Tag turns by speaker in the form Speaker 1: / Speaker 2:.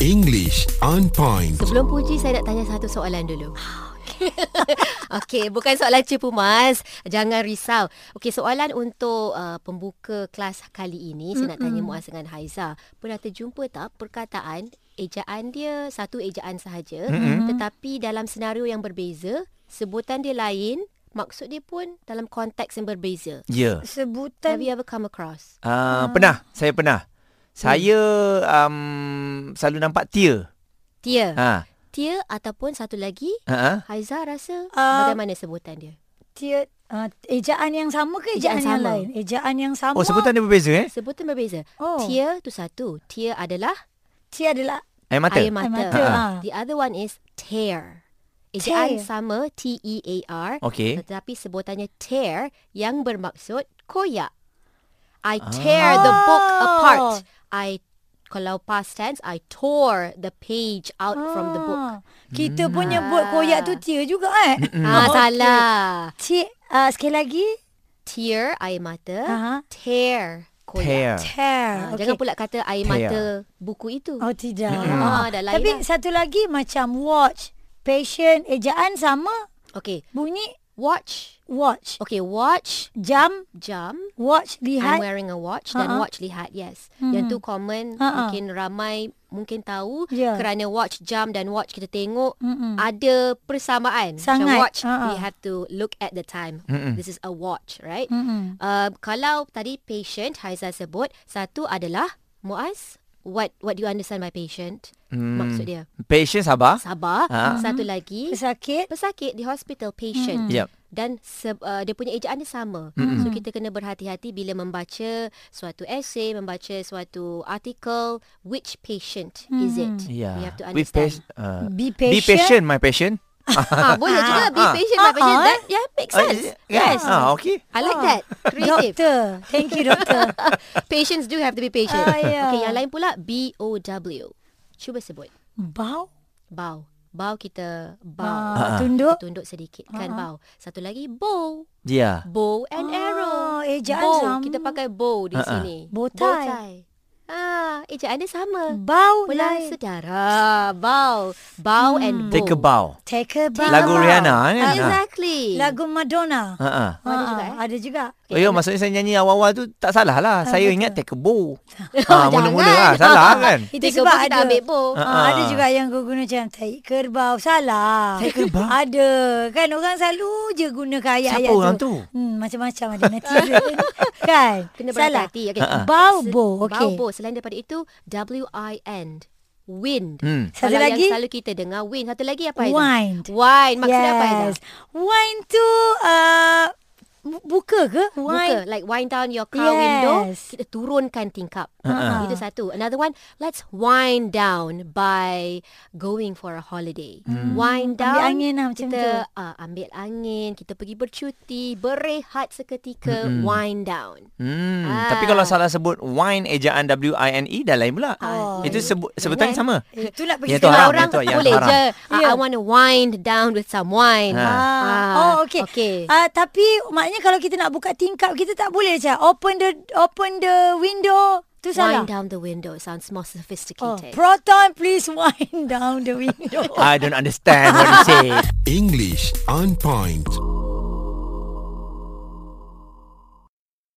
Speaker 1: English on point.
Speaker 2: Sebelum puji saya nak tanya satu soalan dulu. Ah, Okey, bukan soalan cipu mas. Jangan risau. Okey, soalan untuk uh, pembuka kelas kali ini saya nak tanya Muaz dengan Haiza. Pernah terjumpa tak perkataan ejaan dia satu ejaan sahaja mm-hmm. tetapi dalam senario yang berbeza, sebutan dia lain, maksud dia pun dalam konteks yang berbeza.
Speaker 3: Ya.
Speaker 2: Have
Speaker 4: Sebutan
Speaker 2: you ever come across?
Speaker 3: Uh, pernah, saya pernah.
Speaker 2: Hmm.
Speaker 3: Saya um, selalu nampak tia.
Speaker 2: Tia. Ha.
Speaker 3: Ha.
Speaker 2: Tia ataupun satu lagi
Speaker 3: Ha. ha.
Speaker 2: Haiza rasa
Speaker 4: Ah.
Speaker 2: bagaimana sebutan dia?
Speaker 4: dia uh, ejaan yang sama
Speaker 2: Ejaan
Speaker 4: ke ejaan, yang
Speaker 2: sama.
Speaker 4: lain? Ejaan yang sama.
Speaker 3: Oh, sebutan dia berbeza eh?
Speaker 2: Sebutan berbeza.
Speaker 4: Oh.
Speaker 2: Tear tu satu. Tear adalah
Speaker 4: Tia adalah
Speaker 3: Air mata.
Speaker 2: air mata.
Speaker 4: Air mata,
Speaker 2: Ah.
Speaker 4: ah.
Speaker 2: The other one is tear. Ejaan
Speaker 4: Tear.
Speaker 2: sama T-E-A-R.
Speaker 3: Okey.
Speaker 2: Tetapi sebutannya tear yang bermaksud koyak. I
Speaker 3: Ah.
Speaker 2: tear the book apart.
Speaker 4: Oh.
Speaker 2: I kalau past tense, I tore the page out from the
Speaker 3: Hmm.
Speaker 2: book.
Speaker 4: Ah, Kita pun nyebut koyak tu tia juga eh.
Speaker 2: Ah,
Speaker 4: Okey.
Speaker 2: salah.
Speaker 4: Tia uh, sekali lagi.
Speaker 2: Tear, air mata.
Speaker 4: Aha.
Speaker 2: Tear, koyak.
Speaker 3: Tear.
Speaker 4: Tear.
Speaker 2: Ah,
Speaker 4: Okey.
Speaker 2: Jangan pula kata air
Speaker 3: Tear.
Speaker 2: mata buku itu.
Speaker 4: Oh tidak.
Speaker 2: Mm-mm. Ah, dah lain
Speaker 4: Tapi
Speaker 2: dah.
Speaker 4: satu lagi macam watch, passion, ejaan sama.
Speaker 2: Okay,
Speaker 4: Bunyi
Speaker 2: watch.
Speaker 4: watch.
Speaker 2: Okay, watch,
Speaker 4: Jam,
Speaker 2: jam.
Speaker 4: watch,
Speaker 2: I'm
Speaker 4: lihat. Uh-uh. Hmm.
Speaker 2: wearing a watch dan
Speaker 4: Ha-ha.
Speaker 2: watch lihat, yes. Yang tu common,
Speaker 4: Ha-ha.
Speaker 2: mungkin ramai mungkin tahu
Speaker 4: Uh-uh. Ya.
Speaker 2: kerana watch jam dan watch kita tengok ada persamaan. Macam
Speaker 4: Sangat. Uh-uh.
Speaker 2: watch,
Speaker 4: Ha-ha.
Speaker 2: we have to look at the time. This is a watch, right?
Speaker 4: Mm-mm.
Speaker 2: Uh, kalau tadi patient Haiza sebut, satu adalah Muaz, what what do you understand by patient?
Speaker 3: Hmm.
Speaker 2: Maksud dia
Speaker 3: Patient sabar.
Speaker 2: sabar.
Speaker 3: Ha.
Speaker 2: Satu lagi
Speaker 4: Pesakit.
Speaker 2: pesakit di hospital patient
Speaker 3: Yep.
Speaker 2: dan se, uh, dia punya ejaan dia sama. So kita kena berhati-hati bila membaca suatu essay, membaca suatu artikel which patient
Speaker 4: Hmm.
Speaker 2: is it.
Speaker 3: Yeah.
Speaker 2: We have to
Speaker 3: Ya. With
Speaker 2: understand.
Speaker 3: pas- uh,
Speaker 4: Be
Speaker 3: be
Speaker 4: patient.
Speaker 3: patient, my patient.
Speaker 2: Ah, boleh juga be
Speaker 3: Ah.
Speaker 2: patient, my patient.
Speaker 4: Ah,
Speaker 2: That yeah makes
Speaker 3: Oh,
Speaker 2: sense.
Speaker 3: is it?
Speaker 2: Yes.
Speaker 3: Ah, okay.
Speaker 2: I like that.
Speaker 4: Ah.
Speaker 2: Creative.
Speaker 4: Doktor. Thank you doktor.
Speaker 2: Patients do have to be patient.
Speaker 4: Ah, yeah.
Speaker 2: Okay, yang lain pula B O W. Cuba sebut.
Speaker 4: Bau.
Speaker 2: Bow. Bow kita bow.
Speaker 4: Ah, tunduk.
Speaker 2: Tunduk sedikit kan bow. Satu lagi bow.
Speaker 3: Yeah.
Speaker 2: Bow and
Speaker 4: Ah,
Speaker 2: arrow.
Speaker 4: ejaan
Speaker 2: bow.
Speaker 4: sama.
Speaker 2: Kita pakai bow di
Speaker 3: Ah, ah.
Speaker 2: sini.
Speaker 4: Bow tie.
Speaker 2: Ah, ejaan dia sama.
Speaker 4: Bau
Speaker 2: Pulang
Speaker 4: lain. Hmm.
Speaker 2: sedara. Bow. Bow and bow.
Speaker 3: Take a bow.
Speaker 4: Take a bow.
Speaker 3: Lagu Rihanna kan? Ha.
Speaker 2: Exactly.
Speaker 4: Ah, Lagu Madonna.
Speaker 3: Ha. ha.
Speaker 2: Oh, ada juga, eh?
Speaker 4: Ada juga.
Speaker 3: Oh, ya, maksudnya saya nyanyi awal-awal tu tak salah lah. saya
Speaker 4: betul.
Speaker 3: ingat take a bow. ha, mula-mula lah.
Speaker 2: Ah, jangan.
Speaker 3: Salah kan?
Speaker 4: Itu
Speaker 2: Take a
Speaker 4: sebab
Speaker 2: bow, kita
Speaker 4: ada.
Speaker 2: ambil bow.
Speaker 4: Ha,
Speaker 3: Ah.
Speaker 4: ada juga yang guna macam tai kerbau. Salah.
Speaker 3: Tai kerbau?
Speaker 4: ada. Kan orang selalu je guna ayat-ayat
Speaker 3: Siapa
Speaker 4: tu.
Speaker 3: orang tu?
Speaker 4: Hmm, macam-macam ada netizen. kan?
Speaker 2: Kena
Speaker 4: Salah.
Speaker 2: berhati-hati. Okay.
Speaker 4: Ha-ha. Bow, bow,
Speaker 2: Se-
Speaker 4: okay.
Speaker 2: Bow, bow. Selain daripada itu, W-I-N. Wind.
Speaker 3: Hmm.
Speaker 4: Satu
Speaker 2: Kalau
Speaker 4: lagi?
Speaker 2: yang selalu kita dengar wind. Satu lagi apa Aizah?
Speaker 4: Wind.
Speaker 2: Wine. Maksud apa Aizah?
Speaker 4: Wine tu uh, bu- buka ke?
Speaker 2: Buka
Speaker 4: Wine.
Speaker 2: like wind down your car
Speaker 4: Yes.
Speaker 2: window, kita turunkan tingkap. Uh-huh. Itu satu. Another one, let's wind down by going for a holiday. Hmm. Wind down.
Speaker 4: Ambil angin lah macam
Speaker 2: kita, Uh, ambil angin, kita pergi bercuti, berehat seketika, wind down.
Speaker 3: Hmm,
Speaker 2: Ah.
Speaker 3: tapi kalau salah sebut wine ejaan W I N E dah lain pula.
Speaker 2: Ah,
Speaker 4: Oh.
Speaker 3: Itu
Speaker 2: lain.
Speaker 3: sebut
Speaker 2: Lain.
Speaker 3: sebutan sama.
Speaker 4: Itu nak
Speaker 3: Yang
Speaker 4: pergi
Speaker 3: tu
Speaker 2: Kalau
Speaker 3: haram,
Speaker 2: orang
Speaker 3: yang tu yang
Speaker 2: boleh
Speaker 3: haram.
Speaker 2: je.
Speaker 4: Ya.
Speaker 2: Yeah. I want to wind down with some wine.
Speaker 3: Ha.
Speaker 4: Ah. Oh okey.
Speaker 2: Okay.
Speaker 4: Ah tapi maknanya kalau kita nak buka tingkap kita tak boleh macam open the open the window. Tu
Speaker 2: Wind
Speaker 4: salah.
Speaker 2: down the window sounds more
Speaker 4: lah. Oh,
Speaker 2: sophisticated.
Speaker 4: proton please wind down the window.
Speaker 3: I don't understand what you say.
Speaker 1: English on point.